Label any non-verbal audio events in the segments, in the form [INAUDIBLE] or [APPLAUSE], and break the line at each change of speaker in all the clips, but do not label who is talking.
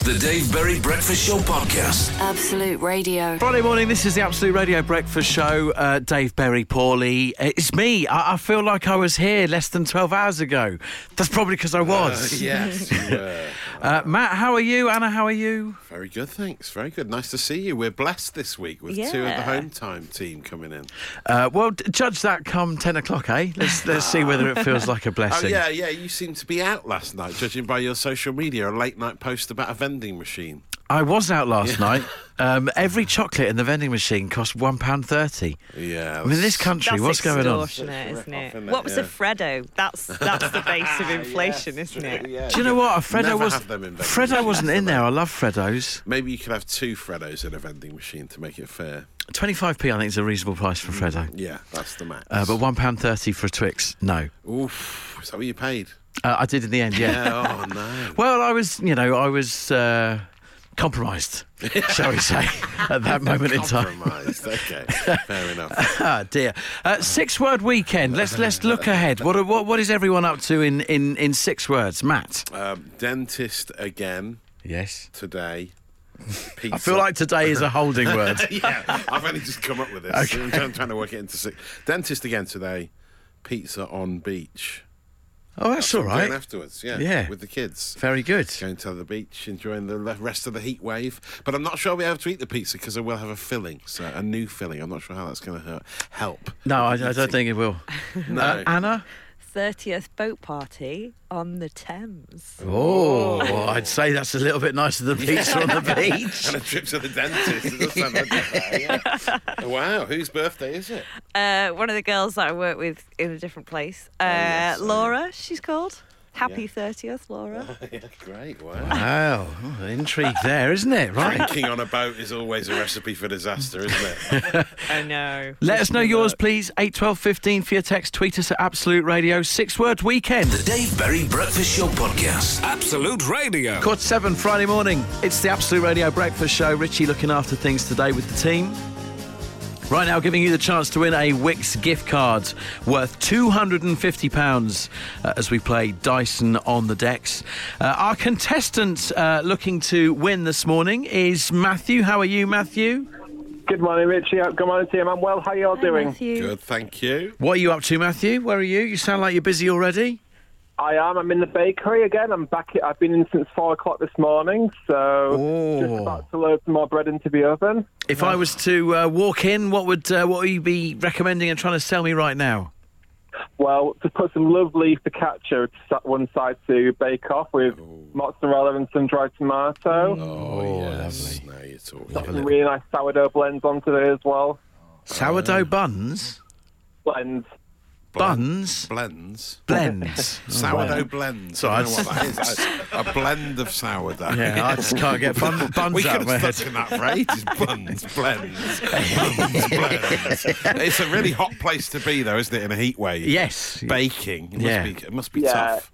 The Dave Berry Breakfast Show Podcast.
Absolute Radio.
Friday morning, this is the Absolute Radio Breakfast Show. Uh, Dave Berry, Paulie. Uh, It's me. I, I feel like I was here less than 12 hours ago. That's probably because I
Uh,
was.
[LAUGHS] Yes, you were.
Uh, Matt, how are you? Anna, how are you?
Very good, thanks. Very good. Nice to see you. We're blessed this week with two of the
Yeah.
home time team coming in.
Uh, well, d- judge that come 10 o'clock, eh? Let's, let's see whether it feels like a
[LAUGHS] Oh
blessing.
yeah, yeah. You seem to be out last night, judging by your social media, a late night post about a vending machine.
I was out last night. Um, every chocolate in the vending machine cost £1.30.
Yeah.
I mean, this country,
That's
what's going on?
extortionate, isn't
Rip off,
it?
isn't it?
What was
Yeah.
a Freddo? That's that's the
[LAUGHS]
base of inflation, isn't it?
Do you know what? Freddo,
Never
was,
have them in vending
Freddo
machines,
wasn't
have
in
they?
there. I love Freddo's.
Maybe you could have two Freddos in a vending machine to make it fair.
25p, I think, is a reasonable price for Freddo.
Yeah, that's the max.
Uh, but £1.30 for a Twix, no.
Oof, is that what
[LAUGHS]
you paid?
Uh, I did in the end,
[LAUGHS]
yeah.
Yeah, oh no.
Well, I was, you know, I was uh, compromised, shall we say, [LAUGHS] at that moment in time.
Compromised. [LAUGHS] Okay, fair enough.
[LAUGHS] Ah, dear. Uh, six word weekend. Let's let's look ahead. What, are- what what is everyone up to in in in six words, Matt?
Um, dentist again
Yes.
today. Pizza.
I feel like today is a holding word.
[LAUGHS] yeah, I've only just come up with this. I'm trying, trying to work it into six. Dentist again today. Pizza on beach.
[LAUGHS] Oh, that's all
Going
right.
afterwards, yeah,
Yeah.
with the kids.
Very good.
Going to the beach, enjoying the le- rest of the heat wave. But I'm not sure I'll be able to eat the pizza because I will have a filling, so a new filling. I'm not sure how that's going to help.
No, I, I don't think it will.
No.
Uh, Anna.
30th boat party on the Thames.
Oh, well, I'd say that's a little bit nicer [LAUGHS] than pizza on the beach.
[LAUGHS] and a trip to the dentist. It does sound like that,
[LAUGHS]
yeah. Wow, whose birthday is it?
Uh, one of the girls that I work with in a different place, uh,
Oh, yes, yeah.
Laura, she's called. Happy
[LAUGHS]
30th, Laura.
Yeah, great, wow.
Wow, oh, intrigue there, isn't it? Right.
Drinking on a boat is always a recipe for disaster, isn't
[LAUGHS]
it?
oh no.
Let us know yours, please. 81215 for your text. Tweet us at Absolute Radio. Six word
The
weekend.
Dave Berry Breakfast Show Podcast. Absolute Radio.
Quarter seven, Friday morning. It's the Absolute Radio Breakfast Show. Richie looking after things today with the team. Right now, giving you the chance to win a Wix gift card worth £250 uh, as we play Dyson on the decks. Uh, our contestant uh, looking to win this morning is Matthew. How are you, Matthew?
Good morning, Richie. Good morning, team. I'm well. How you all doing?
Matthew.
Good, thank you.
What are you up to, Matthew? Where are you? You sound like you're busy already.
I am. I'm in the bakery again. I'm back. I've been in since four o'clock this morning, so
Oh.
just about to load some more bread into the oven.
If I was to uh, walk in, what would uh, what would you be recommending and trying to sell me right now?
Well, to put some lovely focaccia to sa- one side to bake off with mozzarella and some dried tomato.
Oh, yes. lovely. Now you're talking.
Some really nice sourdough blends onto there as well.
Sourdough buns,
Blends.
buns,
Blends.
blends.
Sourdough blends.
So
I
I'd-
don't know what that is. A blend of sourdough. [LAUGHS]
yeah, I just can't get bun- buns
We
out
could
of my
have
head.
stuck in that phrase. It's
[LAUGHS]
Blends, blends, blends, blends. It's a really hot place to be, though, isn't it? In a heat wave.
Yes.
Baking. It must
Yeah.
be, it must be
Yeah.
tough.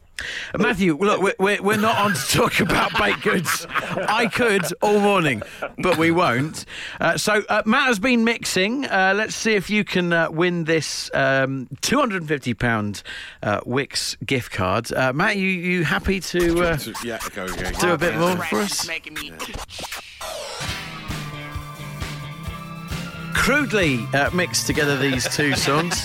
Matthew, look, we're, we're, we're not on to talk about baked goods. I could all morning, but we won't. Uh, so, uh, Matt has been mixing. Uh, let's see if you can uh, win this um, £250 uh, Wix gift card. Uh, Matt, you, you happy to. Uh,
So, yeah, go, go, go.
do a bit more for us. Crudely uh, mixed together these
[LAUGHS]
two songs.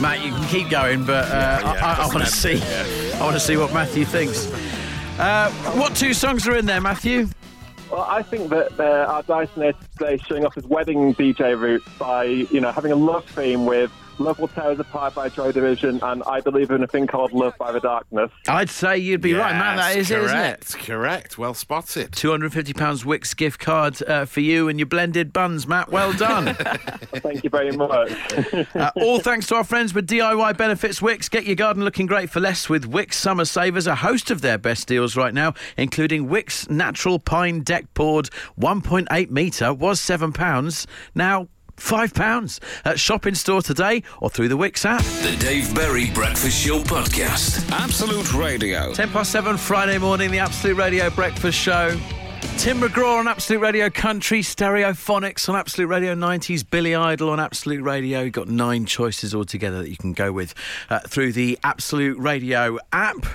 Matt, you can keep going, but uh, I, I, I want to see. I want to see what Matthew thinks. Uh, what two songs are in there, Matthew?
Well, I think that uh, our Dyson is today showing off his wedding DJ route by, you know, having a love theme with Love Will Tear Us Apart by Joy Division and I Believe in a Thing Called Love by the Darkness.
I'd say you'd be right, Matt. That
Yes,
is it, isn't it?
correct, Correct. Well spotted.
£250 Wix gift card uh, for you and your blended buns, Matt. Well
[LAUGHS]
done.
Thank you very much.
Uh, all thanks to our friends with DIY Benefits Wix. Get your garden looking great for less with Wix Summer Savers. A host of their best deals right now, including Wix Natural Pine Deck Board, 1.8 metre, was £7, now £5. Uh, shop in store today or through the Wix app.
The Dave Berry Breakfast Show Podcast. Absolute Radio.
10 past 7 Friday morning, the Absolute Radio Breakfast Show. Tim McGraw on Absolute Radio Country, Stereophonics on Absolute Radio 90s, Billy Idol on Absolute Radio. You've got nine choices altogether that you can go with uh, through the Absolute Radio app.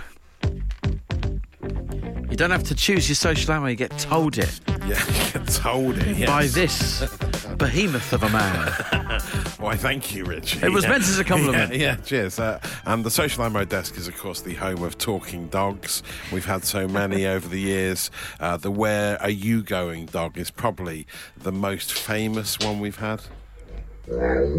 You don't have to choose your social hour, you get told it
Yeah, [LAUGHS] I told it. Yes.
by this behemoth of a man.
[LAUGHS] Why, thank you, Richie.
It was meant as a compliment.
Yeah, yeah, cheers. Uh, and the Social Ammo Desk is, of course, the home of talking dogs. We've had
[LAUGHS]
so many over the years. Uh, the Where Are You Going dog is probably the most famous one we've had.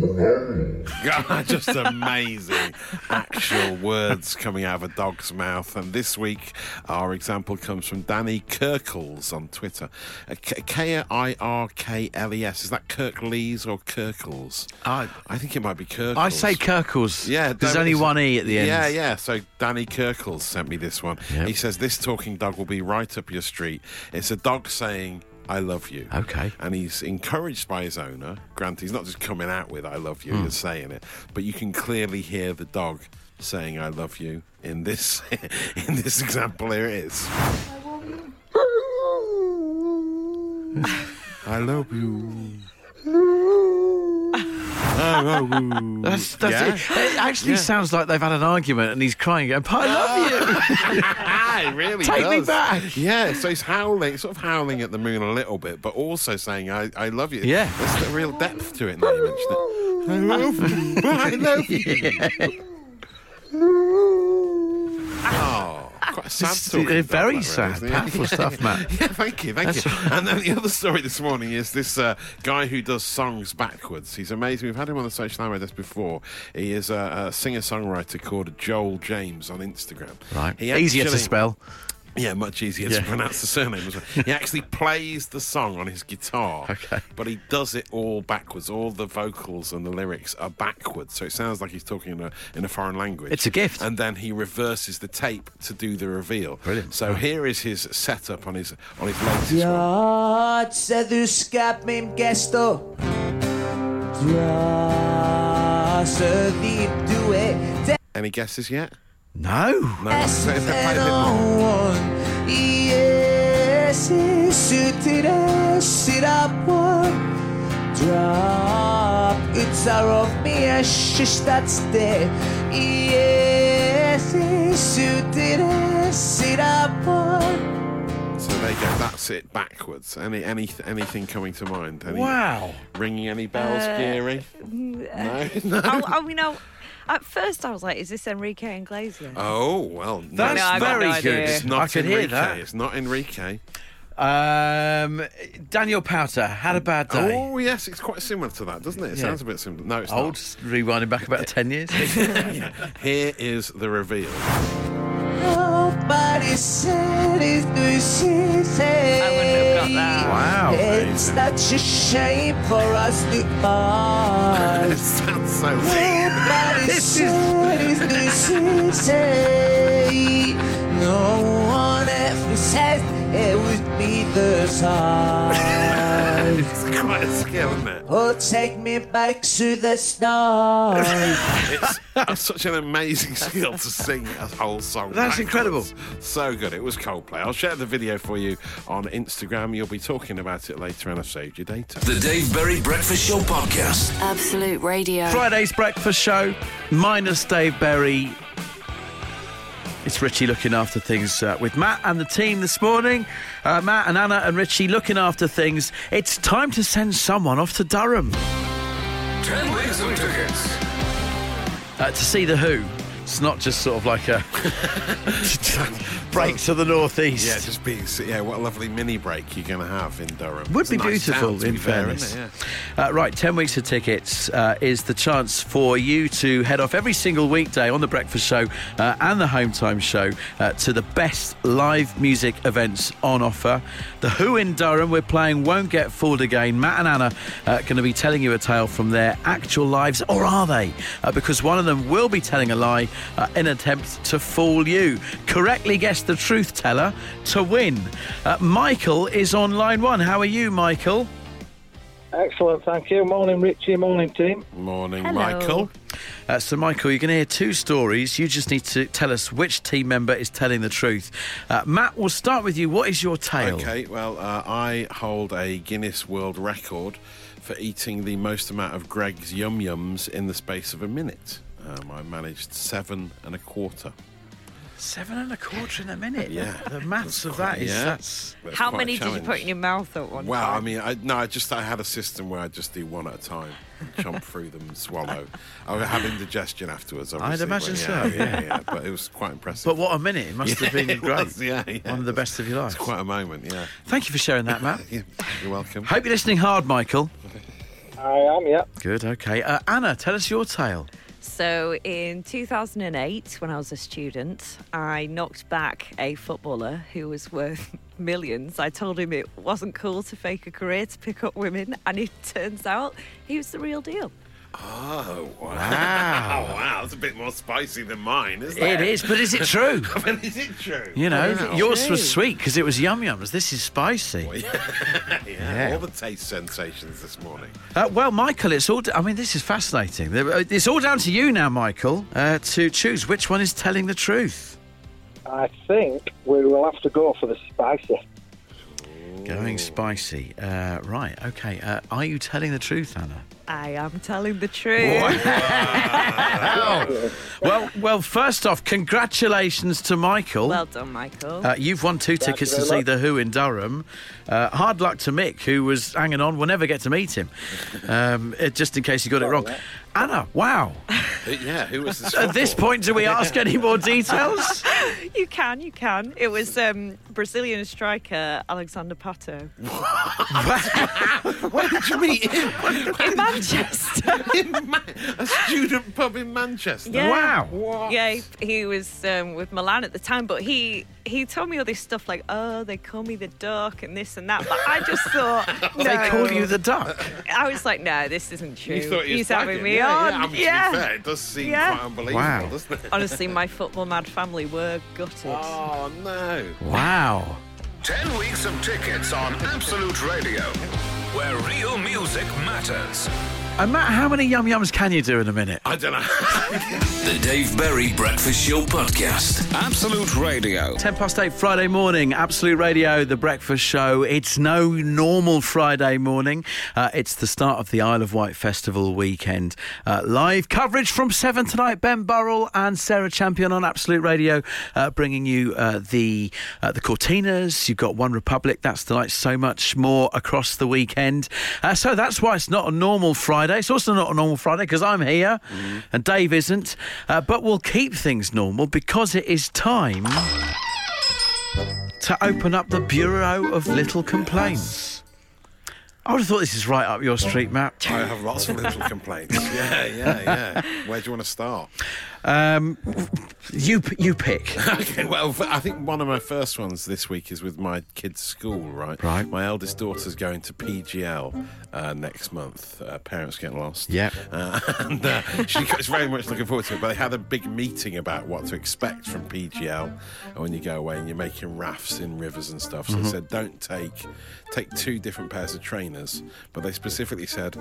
[LAUGHS] God, just amazing actual words coming out of a dog's mouth. And this week, our example comes from Danny Kirkles on Twitter. Uh, K- K-I-R-K-L-E-S. E Is that Kirklees or Kirkles?
I-
I think it might be Kirkles.
I say Kirkles.
Yeah,
There's
don't-
only one E at the end.
Yeah, yeah. So Danny Kirkles sent me this one. He says this talking dog will be right up your street. It's a dog saying. I love you.
Okay.
And he's encouraged by his owner. Grant, he's not just coming out with I love
Hmm.
you, he's saying it. But you can clearly hear the dog saying I love you in this [LAUGHS] in this example here it is. I love you. [LAUGHS] I love you.
That's, that's
Mm, Yeah.
it. It actually sounds like they've had an argument and he's crying, going, I
[LAUGHS]
love you.
it really
Take me
does.
back.
Yeah, so he's howling, sort of howling at the moon a little bit, but also saying, I, I love you.
Yeah.
There's the real depth to it now you mention
[LAUGHS]
it. I love you. I love you.
[LAUGHS]
Oh, quite a sad
It's,
talking dog, that,
very
really,
sad,
isn't it?
powerful stuff, Matt.
[LAUGHS] Yeah, thank you, thank you. And then the other story this morning is this uh, guy who does songs backwards. He's amazing. We've had him on the social hour desk before. He is a, a singer-songwriter called Joel James on Instagram.
Right.
He
Easier to
actually-
spell.
yeah, much easier to pronounce the surname as well.
[LAUGHS]
He actually plays the song on his guitar,
Okay.
but he does it all backwards. All the vocals and the lyrics are backwards, so it sounds like he's talking in a, in a foreign language.
It's a gift.
And then he reverses the tape to do the reveal.
Brilliant.
So here is his setup on his on his latest one.
Drat se du skap mim gesto Drat se deep du e
Any guesses yet?
No.
No. So if they play a bit more.
Yes, sutire sirapon Drop utsar of me a shishtatste Yes, sutire sirapon
So there you go. That's it backwards. Any any anything coming to mind? Any,
Wow.
Ringing any bells,
Uh,
Geary?
mm,
No. no. [LAUGHS]
I, I mean, I, oh, at first I was like, is this Enrique Iglesias?
Uh,
Oh well, no,
That's
it's
I've got
not.
very
no idea.
good.
It's not
I could
Enrique.
hear that.
It's not Enrique.
Um, Daniel Powter had a bad day.
Oh yes, it's quite similar to that, doesn't it? It
Yeah.
sounds a bit similar. No, it's
Old, rewinding back about 10
[LAUGHS]
years.
not. Here is the reveal.
Nobody said it was easy.
I wouldn't have got that.
Wow.
It's such a shame for us
[LAUGHS]
to part.
it sounds so weird.
Nobody said it was easy. No one ever said it would be the time.
It's [LAUGHS] quite a skill, isn't it?
Oh, take me back to the start.
[LAUGHS] It's it's such an amazing skill to sing a whole song.
That's
backwards.
incredible.
So good. It was Coldplay. I'll share the video for you on Instagram. You'll be talking about it later, and I've saved your data.
The Dave Berry Breakfast Show Podcast.
Absolute Radio.
Friday's breakfast show, minus Dave Berry. It's Richie looking after things uh, with Matt and the team this morning. Uh, Matt and Anna and Richie looking after things. It's time to send someone off to Durham
Ten ways and tickets.
uh, to see the Who. It's not just sort of like a [LAUGHS] break to the northeast.
Yeah, just be yeah. What a lovely mini break you're going to have in Durham.
Would
It's a
be
nice
beautiful,
town, to
in
be fair,
fairness.
isn't it? Yeah.
uh, right, 10 weeks of tickets uh, is the chance for you to head off every single weekday on The Breakfast Show uh, and The Home Time Show uh, to the best live music events on offer. The Who in Durham, we're playing Won't Get Fooled Again. Matt and Anna uh, going to be telling you a tale from their actual lives, or are they? Uh, because one of them will be telling a lie uh, in an attempt to fool you. Correctly guess the truth teller to win. Uh, Michael is on line one. How are you, Michael?
Excellent, thank you. Morning, Richie. Morning, team.
Morning,
Hello.
Michael.
Uh, so, Michael, you're going to hear two stories. You just need to tell us which team member is telling the truth. Uh, Matt, we'll start with you. What is your tale?
Okay, well, uh, I hold a Guinness World Record for eating the most amount of Greg's Yum Yums in the space of a minute. Um, I managed seven and a quarter.
Seven and a quarter in a minute.
Yeah.
The maths of that is.
Yeah.
That's...
That's
How
quite a
many did you put
challenge.
in your mouth at one
Well, I
time?
mean, I, no, I just I had a system where I just do one at a time, and chomp through them, and
[LAUGHS]
swallow. I had indigestion afterwards. Obviously,
imagine
but
so,
Yeah, yeah, yeah, but it was quite impressive.
But what a minute. It must have
[LAUGHS]
been
It
great.
was, yeah, yeah.
One of the best of your life.
It's quite a moment, yeah.
Thank you for sharing that, Matt.
yeah [LAUGHS] you're welcome.
[LAUGHS] Hope you're listening hard, Michael.
I am, yeah.
Good, okay. Uh, Anna, tell us your tale.
So in 2008, when I was a student, I knocked back a footballer who was worth [LAUGHS] millions. I told him it wasn't cool to fake a career to pick up women, and it [LAUGHS] turns out he was the real deal.
Oh wow!
Wow.
Oh wow! That's a bit more spicy than mine, isn't
It is, but is it
[LAUGHS]
true?
I mean, is it true?
You know,
Is it
yours
true?
was sweet because it was yum yums. This is spicy.
yeah.
Yeah.
All the taste sensations this morning.
Uh, well, Michael, it's all. d- I mean, this is fascinating. There- uh, It's all down to you now, Michael, uh, to choose which one is telling the truth.
I think we will have to go for the spicy.
Going spicy. Uh, right, okay. Uh, are you telling the truth, Anna?
I am telling the truth.
Well, well. First off, congratulations to Michael.
Well done, Michael.
Uh, you've won two tickets to see The Who in Durham. Uh, hard luck to Mick, who was hanging on. We'll never get to meet him, um, uh, just in case you got it wrong. Anna, wow.
Who- Uh, yeah, who was [LAUGHS] this?
At this
for?
point, do we ask any more details?
you can, you can. It was um, Brazilian striker Alexander Pato
Where did you meet him?
in Manchester.
in Ma- a student pub in Manchester.
Yeah.
Wow.
What?
Yeah, he- he was um, with Milan at the time, but he he told me all this stuff like, oh, they call me the duck and this and that. But I just thought, no.
[LAUGHS] They call you the duck.
I was like, no, this isn't true.
[LAUGHS] You thought he was
He's having
bagging.
me
yeah,
on.
Yeah, I mean, to be fair, it does seem
Yeah.
quite unbelievable,
Wow.
doesn't it?
[LAUGHS] Honestly, my football mad family were gutted.
[LAUGHS] Oh no!
Wow.
10 weeks of tickets on Absolute Radio, where real music matters.
And Matt, how many yum yums can you do in a minute?
I don't know.
The Dave Berry Breakfast Show Podcast. Absolute Radio.
10 past 8 Friday morning, Absolute Radio, The Breakfast Show. It's no normal Friday morning. Uh, it's the start of the Isle of Wight Festival weekend. Uh, live coverage from 7 tonight. Ben Burrell and Sarah Champion on Absolute Radio, uh, bringing you uh, the uh, the Cortinas. You've got One Republic. That's tonight. So much more across the weekend. Uh, so that's why it's not a normal Friday. It's also not a normal Friday because I'm here and Dave isn't. Uh, but we'll keep things normal because it is time to open up the Bureau of Little Complaints. I would have thought this is right up your street, Matt.
[LAUGHS] I have [LAUGHS] lots of little complaints. Yeah, yeah, yeah. Where do you want to start?
Um, you p- you pick.
[LAUGHS] Okay, well, f- I think one of my first ones this week is with my kids' school, right?
Right.
My eldest daughter's going to PGL uh, next month. Uh, parents get lost.
Yep.
Uh, [LAUGHS] and uh, she- she's very much looking forward to it. But they had a big meeting about what to expect from PGL and when you go away and you're making rafts in rivers and stuff. So they said, don't take take two different pairs of trainers. But they specifically said,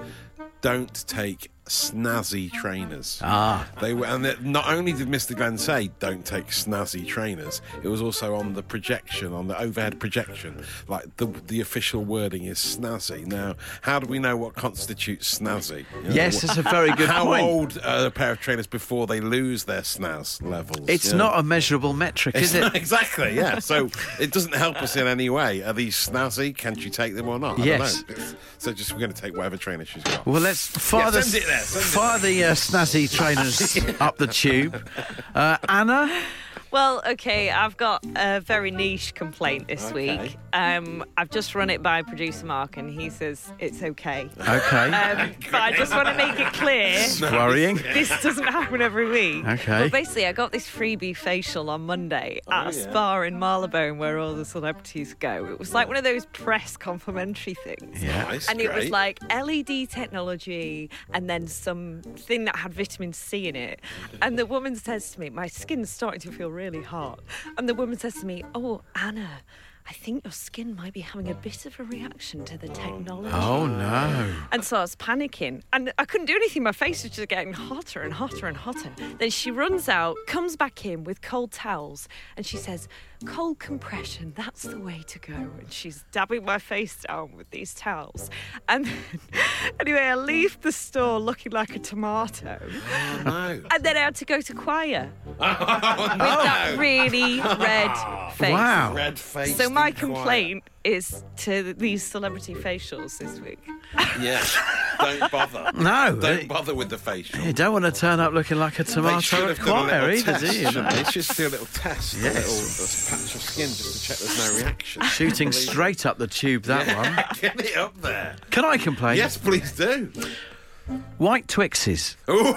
don't take snazzy trainers. Ah. They were, and it- not only did Mr. Glenn say, don't take snazzy trainers, it was also on the projection, on the overhead projection. Like the, the official wording is snazzy. Now, how do we know what constitutes snazzy? You know,
Yes,
what-
that's a very good
[LAUGHS] how
point.
old are a pair of trainers before they lose their snaz levels?
It's
Yeah.
not a measurable metric, is
It's
it?
not- [LAUGHS] exactly, yeah. So it doesn't help us in any way. Are these snazzy? Can she take them or not? I
Yes.
Don't know. It's- So just we're going to take whatever trainer she's got.
Well, let's fire
Yeah,
the,
send it there, send it
fire the uh, snazzy
[LAUGHS]
trainers up the tube. Uh, Anna,
Well, okay, I've got a very niche complaint this
Okay.
week. Um, I've just run it by producer Mark, and he says it's
[LAUGHS]
okay.
okay,
Um, but I just want to make it clear.
worrying.
this doesn't happen every week.
Okay.
But basically, I got this freebie facial on Monday at a
yeah.
spa in Marylebone where all the celebrities go. It was like one of those press complimentary things.
Yeah.
Nice,
And it was
great.
like LED technology and then some thing that had vitamin C in it. And the woman says to me, My skin's starting to feel really hot. And the woman says to me, Oh, Anna, I think your skin might be having a bit of a reaction to the technology.
Oh, no.
And so I was panicking and I couldn't do anything. My face was just getting hotter and hotter and hotter. Then she runs out, comes back in with cold towels, and she says, Cold compression, that's the way to go. And she's dabbing my face down with these towels. And [LAUGHS] then, anyway, I leave the store looking like a tomato.
Oh,
[LAUGHS]
no.
And then I had to go to choir with
Oh.
that really red face.
Wow.
Red face.
So my complaint is to these celebrity facials this week.
Yes.
[LAUGHS]
Don't bother.
No, they-
Don't bother with the facial.
You don't want to turn up looking like a
They should
tomato at
have done a
choir
little
either,
test,
do you?
shouldn't they? It's just do a little test, a
Yes.
little uh, patch of skin just to check there's no reaction. [LAUGHS]
Shooting
Believe-
straight up the tube, that one.
Get it up there.
Can I complain?
Yes, please do.
White Twixes. Well,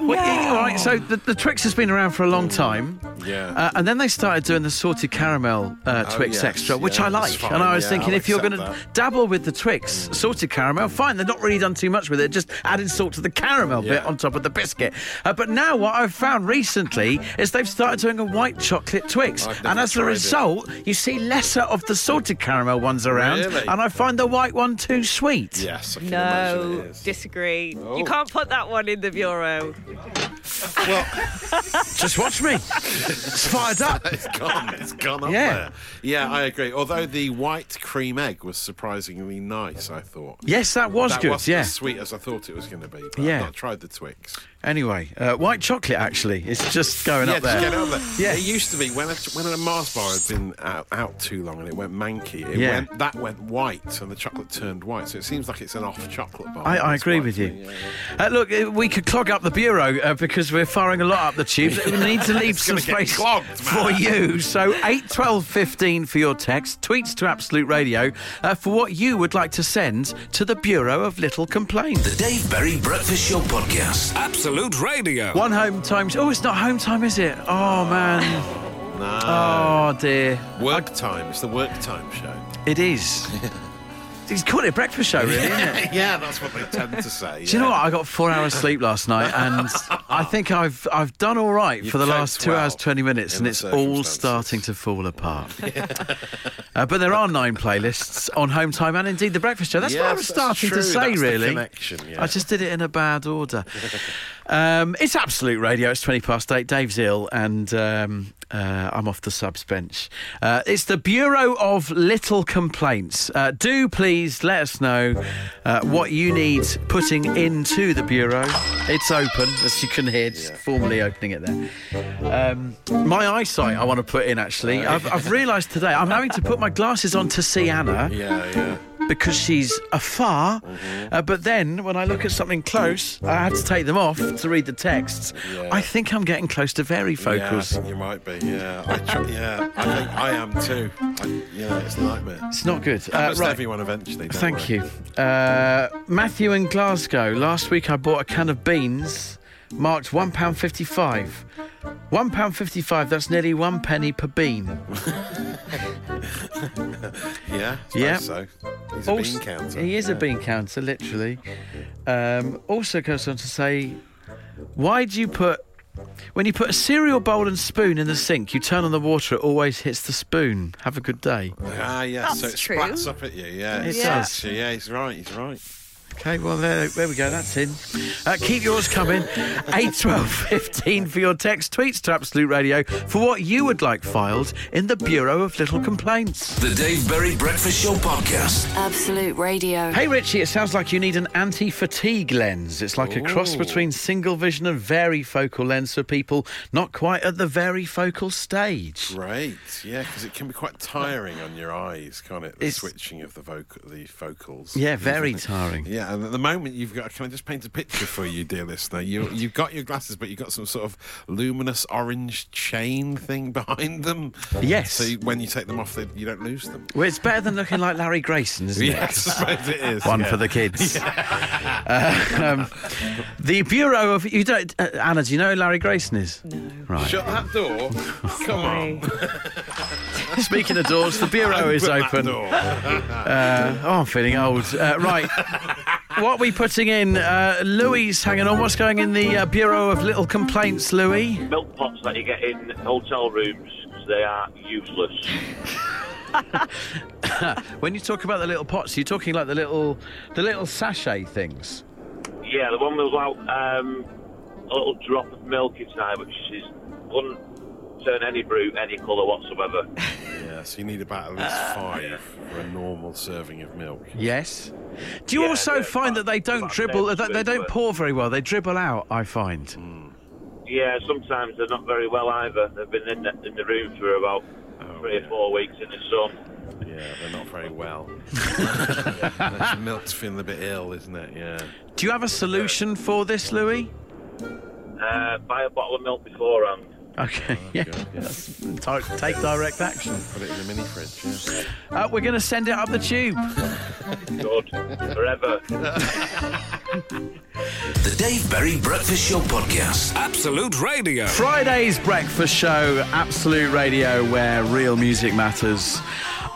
yeah, right, so the, the Twix has been around for a long time.
Yeah. Oh,
Uh, and then they started doing the sorted caramel uh, Twix
yes,
extra, which
yeah,
I
that's
like.
fine,
And I was
yeah,
thinking,
I'll
if you're
accept
going to
that.
dabble with the Twix sorted caramel, fine. They've not really done too much with it, just added salt to the caramel bit
Yeah.
on top of the biscuit. Uh, but now what I've found recently is they've started doing a white chocolate Twix.
I've never
And as a
tried it.
result, you see lesser of the sorted caramel ones around.
Really?
And I find the white one too sweet.
Yes, I can imagine it
No,
is.
disagree.
Oh.
You can't put that one in the bureau.
well,
Just watch
[LAUGHS]
me. it's fired up.
it's gone. It's gone up
Yeah.
there. Yeah, I agree. Although the white cream egg was surprisingly nice, I thought.
Yes, that was
that
good.
wasn't
yeah.
as sweet as I thought it was going to be. But
Yeah.
I tried the Twix.
Anyway, uh, white chocolate actually. It's just going
yeah,
up there.
Just get it up there.
Yeah.
It used to be when a, when a Mars bar had been out, out too long and it went manky, it
Yeah.
went, that went white and the chocolate turned white. So it seems like it's an off chocolate bar.
I, I
It's
agree
white
with
to
you.
me, yeah, yeah.
Uh, look, uh, we could clog up the bureau uh, because we're firing a lot up the tubes. we need to leave
[LAUGHS] It's
some
gonna get
space
clogged,
[LAUGHS] for
man.
you. So eight, twelve, fifteen for your text, tweets to Absolute Radio uh, for what you would like to send to the Bureau of Little Complaints.
The Dave Berry Breakfast Show Podcast. Absolute Radio.
One home time. Oh, it's not home time, is it? Oh,
[LAUGHS]
man.
No.
Oh, dear.
Work time. It's the work time show. [LAUGHS]
It is. He's called it a breakfast show, really, isn't it?
yeah, that's what they tend to say.
Do you know what? I got four hours sleep last night, and I think I've I've done all right
You've
for the
coped
last two
well
hours twenty minutes,
in
and
the
it's all
circumstances.
starting to fall apart. Uh, but there are nine playlists on Home Time and indeed the Breakfast Show. That's what I
Yes,
was
that's
starting
true.
to say,
That's the
really.
connection, yeah.
I just did it in a bad
[LAUGHS]
order. um, it's absolute radio. It's twenty past eight. Dave's ill, and. Um, uh, I'm off the subs bench. Uh, it's the Bureau of Little Complaints. Uh, do please let us know uh, what you need putting into the Bureau. It's open, as you can hear, just formally opening it there. Um, my eyesight, I want to put in
Oh,
actually. I've, I've realised today I'm having to put my glasses on to see Anna
Yeah, Mm-hmm. yeah.
because she's afar. Uh, but then when I look at something close, I have to take them off to read the texts.
Yeah.
I think I'm getting close to very
Yeah, I
focus.
think you might be. Yeah, I tr- yeah. I think I am too. I, yeah, it's a nightmare.
It's not good.
Uh,
Uh, right.
everyone eventually. don't
Thank
worry.
you. Uh, Matthew in Glasgow. Last week I bought a can of beans marked £1.55. £1.55, that's nearly one penny per bean. Yeah.
Yeah. Yeah. So he's a
Also-
bean counter.
He is a
Yeah.
bean counter, literally. Um, also goes on to say, why do you put when you put a cereal bowl and spoon in the sink, you turn on the water, it always hits the spoon. Have a good day.
Ah, yeah. so
That's
it
true.
splats up at you. Yeah.
It
yeah.
does.
Yeah, he's right. He's right.
Okay, well, there, there we go. That's in. Uh, keep yours coming. [LAUGHS] 8, 12, 15 for your text, tweets to Absolute Radio for what you would like filed in the Bureau of Little Complaints.
The Dave Berry Breakfast Show Podcast.
Absolute Radio.
Hey Richie, it sounds like you need an anti fatigue lens. It's like a cross between single vision and varifocal lens for people not quite at the varifocal stage.
Great. Yeah, because it can be quite tiring on your eyes, can't it? The
It's-
switching of the vocal, the focals.
Yeah, very
[LAUGHS]
tiring.
Yeah, and at the moment you've got. Can I just paint a picture for you, dear listener?
[LAUGHS]
You you've got your glasses, but you've got some sort of luminous orange chain thing behind them.
Yes.
So you- when you take them off, they, you don't lose
[LAUGHS]
them.
Well, it's better than looking like Larry Grayson, isn't it?
Yes, I suppose it is.
One
yeah.
for the
[LAUGHS]
kids. Uh, um, the Bureau of you don't uh, Anna. Do you know who Larry Grayson is? No. Right.
Shut that door. Come
[LAUGHS]
on.
Speaking of doors, the Bureau is
Open that
open. [LAUGHS]
door.
Oh, I'm feeling old. Uh, [LAUGHS] right. what are we putting in? Uh, Louis, hanging on. What's going in the uh, Bureau of Little Complaints, Louis?
milk pots that you get in hotel rooms, they are useless.
Uh, When you talk about the little pots, you're talking like the little the little sachet things.
Yeah, the one with like um, a little drop of milk inside, which is wouldn't turn any brew any colour whatsoever.
Yeah, so you need about at least five for a normal serving of milk.
Yes. Do you
Yeah,
also
yeah,
find that they don't
about
dribble?
them,
They, they don't
but-
pour very well. They dribble out. I find.
yeah, sometimes they're not very well either. They've been in the, in the room for about
Oh,
three
yeah.
or four weeks in the sun.
Yeah, they're not
[LAUGHS]
very well. That's- Milk's feeling a bit ill, isn't it? Yeah.
Do you have a solution for this, Louis?
Uh, buy a bottle of milk beforehand.
Okay. [LAUGHS] Yeah.
Good, yeah.
Ti- [LAUGHS] Take direct action.
Put it in the mini fridge. yeah.
Uh, we're going to send it up the tube.
Good. Forever.
The Dave Berry Breakfast Show Podcast. Absolute Radio.
Friday's breakfast show, Absolute Radio, where real music matters.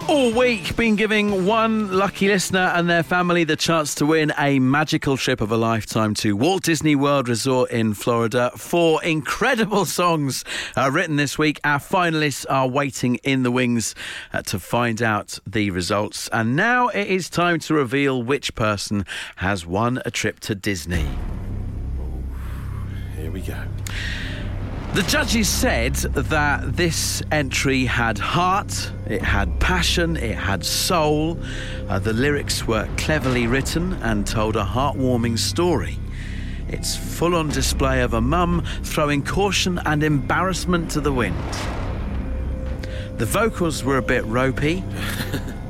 All week, been giving one lucky listener and their family the chance to win a magical trip of a lifetime to Walt Disney World Resort in Florida. Four incredible [LAUGHS] songs uh, written this week. Our finalists are waiting in the wings uh, to find out the results. And now it is time to reveal which person has won a trip to Disney.
Here we go.
The judges said that this entry had heart, it had passion, it had soul. Uh, the lyrics were cleverly written and told a heartwarming story. It's full on display of a mum throwing caution and embarrassment to the wind. The vocals were a bit ropey,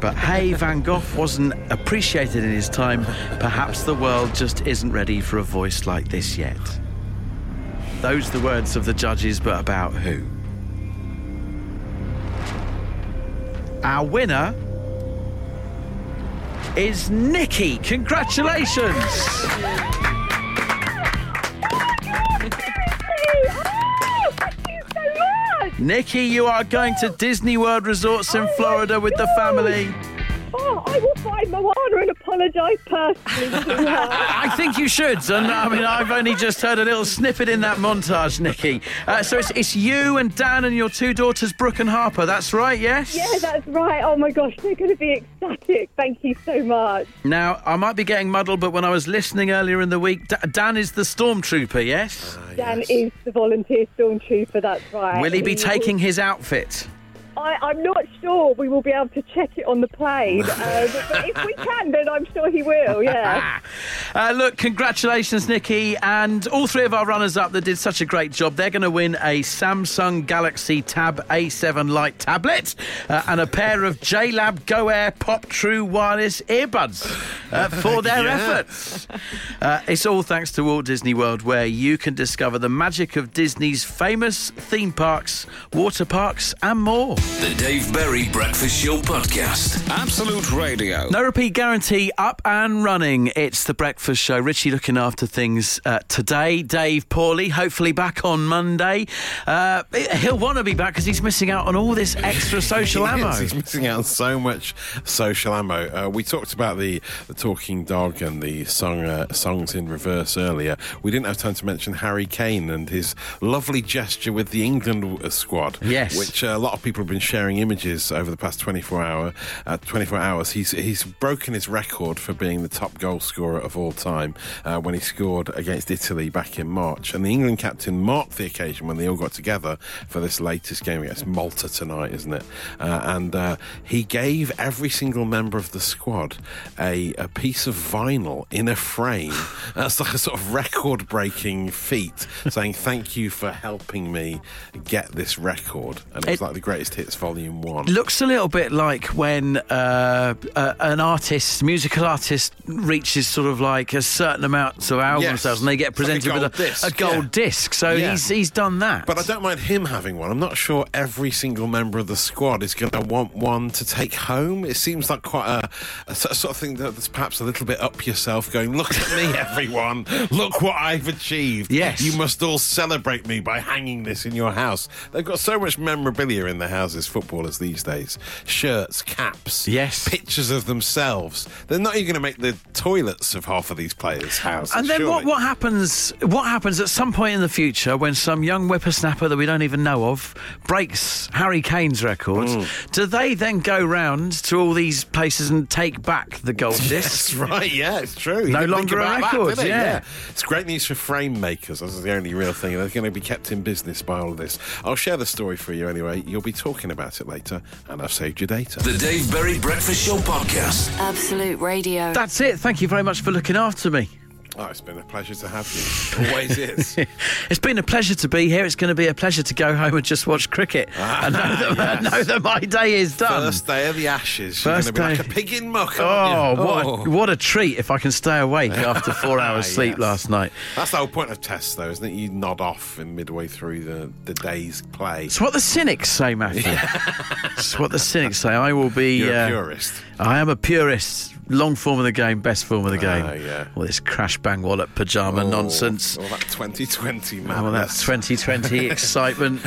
but hey, Van Gogh wasn't appreciated in his time. Perhaps the world just isn't ready for a voice like this yet. Those the words of the judges, but about who? Our winner is Nikki. Congratulations! Nikki, you are going to Disney World Resorts in Florida with the family.
Oh, I will find Moana and apologise personally to her.
I think you should. And I mean, I've only just heard a little snippet in that montage, Nikki. Uh, so it's, it's you and Dan and your two daughters, Brooke and Harper. That's right, yes?
Yeah, that's right. Oh my gosh, they're going to be ecstatic. Thank you so much.
Now, I might be getting muddled, but when I was listening earlier in the week, D- Dan is the stormtrooper, Oh, yes?
Dan is the volunteer stormtrooper. That's right.
Will Uh, he be
will-
taking his outfit?
I, I'm not sure we will be able to check it on the plane, uh, but, but if we can, then I'm sure he will. Yeah.
Uh, look, congratulations, Nikki, and all three of our runners up that did such a great job. They're going to win a Samsung Galaxy Tab A7 Lite tablet uh, and a pair of JLab Go Air Pop True Wireless earbuds uh, for their
Yeah.
efforts. Uh, it's all thanks to Walt Disney World, where you can discover the magic of Disney's famous theme parks, water parks, and more.
The Dave Berry Breakfast Show Podcast. Absolute Radio.
No repeat guarantee up and running. It's the breakfast show. Richie looking after things uh, today. Dave Pawley, hopefully back on Monday. Uh, he'll want to be back because he's missing out on all this extra
[LAUGHS]
social
He
ammo.
is. He's missing out on so much social ammo. Uh, we talked about the, the talking dog and the song uh, songs in reverse earlier. We didn't have time to mention Harry Kane and his lovely gesture with the England w- uh, squad.
Yes.
which uh, a lot of people have been sharing images over the past 24 hour uh, 24 hours. He's he's broken his record for being the top goal scorer of all time uh, when he scored against Italy back in March. And the England captain marked the occasion when they all got together for this latest game against Malta tonight, isn't it? Uh, and uh, he gave every single member of the squad a, a piece of vinyl in a frame. [LAUGHS] That's like a sort of record breaking feat, saying, Thank you for helping me get this record. And it was
It-
like the greatest hits, volume one.
Looks a little bit like when uh, uh, an artist, musical artist, reaches sort of like a certain amount of album
Yes.
sales and they get
It's like a
presented
gold
with a,
disc,
a gold
yeah.
disc. So
Yeah.
he's he's done that.
But I don't mind him having one. I'm not sure every single member of the squad is going to want one to take home. It seems like quite a, a so- sort of thing that's perhaps a little bit up yourself, going, Look at me, [LAUGHS] everyone. Look what I've achieved.
Yes.
You must all celebrate me by hanging this in your house. They've got so much memorabilia in their house advertises footballers these days shirts, caps,
Yes.
pictures of themselves. They're not even going to make the toilets of half of these players' houses.
And then what,
surely.
what happens? What happens at some point in the future when some young whippersnapper that we don't even know of breaks Harry Kane's records?
Hmm.
Do they then go round to all these places and take back the
[LAUGHS]
gold
That's
disc?
right, yeah, it's true. He
No
didn't think
longer a
about that,
record,
did he?
yeah.
It's great news for frame makers. This is the only real thing. They're going to be kept in business by all of this. I'll share the story for you anyway. You'll be talking about it later, and I've saved your data.
The Dave Berry Breakfast Show Podcast.
Absolute Radio.
That's it. Thank you very much for looking after me. [LAUGHS]
Oh, it's been a pleasure to have you. Always is.
It's been a pleasure to be here. It's going to be a pleasure to go home and just watch cricket. I, know that, I know that my day is done.
[LAUGHS] Ah, First day of the ashes. You're going to
First
be like
day.
a pig in muck.
Oh,
aren't you?
what,
Oh. Ah,
A, what a treat if I can stay awake after
[LAUGHS]
four hours
Yes.
sleep last night.
That's the whole point of tests, though, isn't it? You nod off in midway through the, the day's play.
It's what the cynics say, Matthew. it's what the cynics say. I will be.
You're
uh,
a purist.
I am a purist. Long form of the game, best form of the game.
Ah, yeah.
All this crash bang wallop pajama
Oh,
nonsense.
All that 2020 madness.
All that
[LAUGHS]
2020 excitement,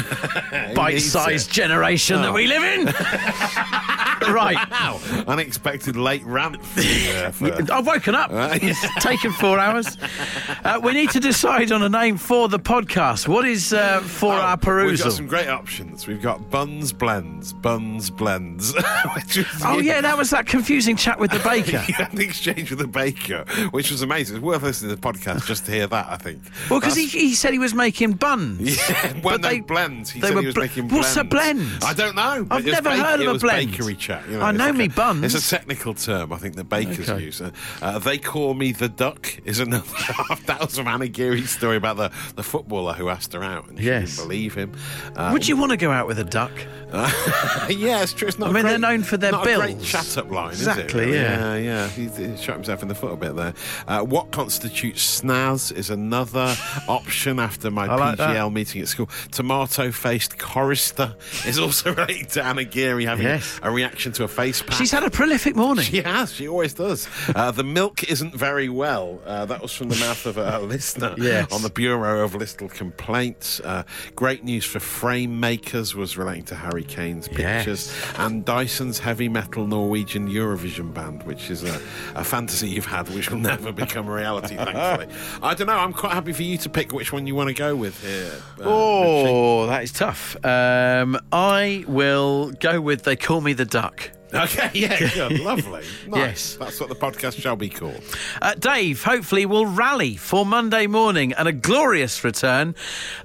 bite sized generation
Oh.
that we live
[LAUGHS]
in. right.
Wow, unexpected late rant. For
[LAUGHS]
you, uh, for-
I've woken up.
Right.
[LAUGHS] It's taken four hours. Uh, we need to decide on a name for the podcast. What is uh, for
Oh,
our
We've
perusal?
got some great options. We've got buns blends, buns blends. [LAUGHS] which was- [LAUGHS]
Oh, yeah, that was that confusing chat with the baker.
You had an exchange with the baker, which was amazing. It's worth listening to the podcast just to hear that. I think.
Well, because he,
That's-
he said he was making buns.
[LAUGHS] Yeah, when
But
they,
they-
blend, he
they
said
were
he was
bl-
making blends.
What's a blend?
I don't know.
I've
It was
never heard of
it
a
was
blend.
Bakery chat. You
I
it's
know me buns.
It's a technical term. I think the bakers
Okay.
use. Uh, uh, they call me the duck. Is another. [LAUGHS] that was from Anna Geary's story about the, the footballer who asked her out and she
Yes.
didn't believe him. Uh,
Would you want to go out with a duck?
[LAUGHS] yeah, it's true. It's not.
I
a
mean, they're
great-
known for their
not A great
bills.
chat up line,
Exactly,
Is it?
yeah.
yeah, yeah. He, he shot himself in the foot a bit there. Uh, what constitutes snaz
[LAUGHS]
is another option after my
I like
PGL meeting at school. Tomato-faced chorister is also [LAUGHS] related to Anna Geary having
Yes.
a reaction to a face pack.
She's had a prolific
[LAUGHS]
morning.
She has. She always does. Uh, the milk isn't very well. Uh, that was from the mouth
[LAUGHS]
of a, a listener
Yes.
on the Bureau of Little Complaints. Uh, great news for frame makers was relating to Harry Kane's pictures and Dyson's heavy metal Norwegian Eurovision band, which is a, a fantasy you've had, which will never become a
[LAUGHS]
reality, thankfully. I don't know. I'm quite happy for you to pick which one you want to go with here. uh, Richie.
Oh, that is tough. Um, I will go with They Call Me the Duck.
Okay, yeah,
[LAUGHS]
good, lovely.
Yes.
Nice. That's what the podcast shall be called.
Uh, Dave, hopefully, will rally for Monday morning and a glorious return.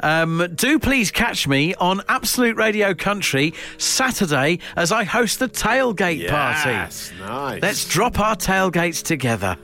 Um, do please catch me on Absolute Radio Country Saturday as I host the tailgate party.
Yes, nice.
Let's drop our tailgates together.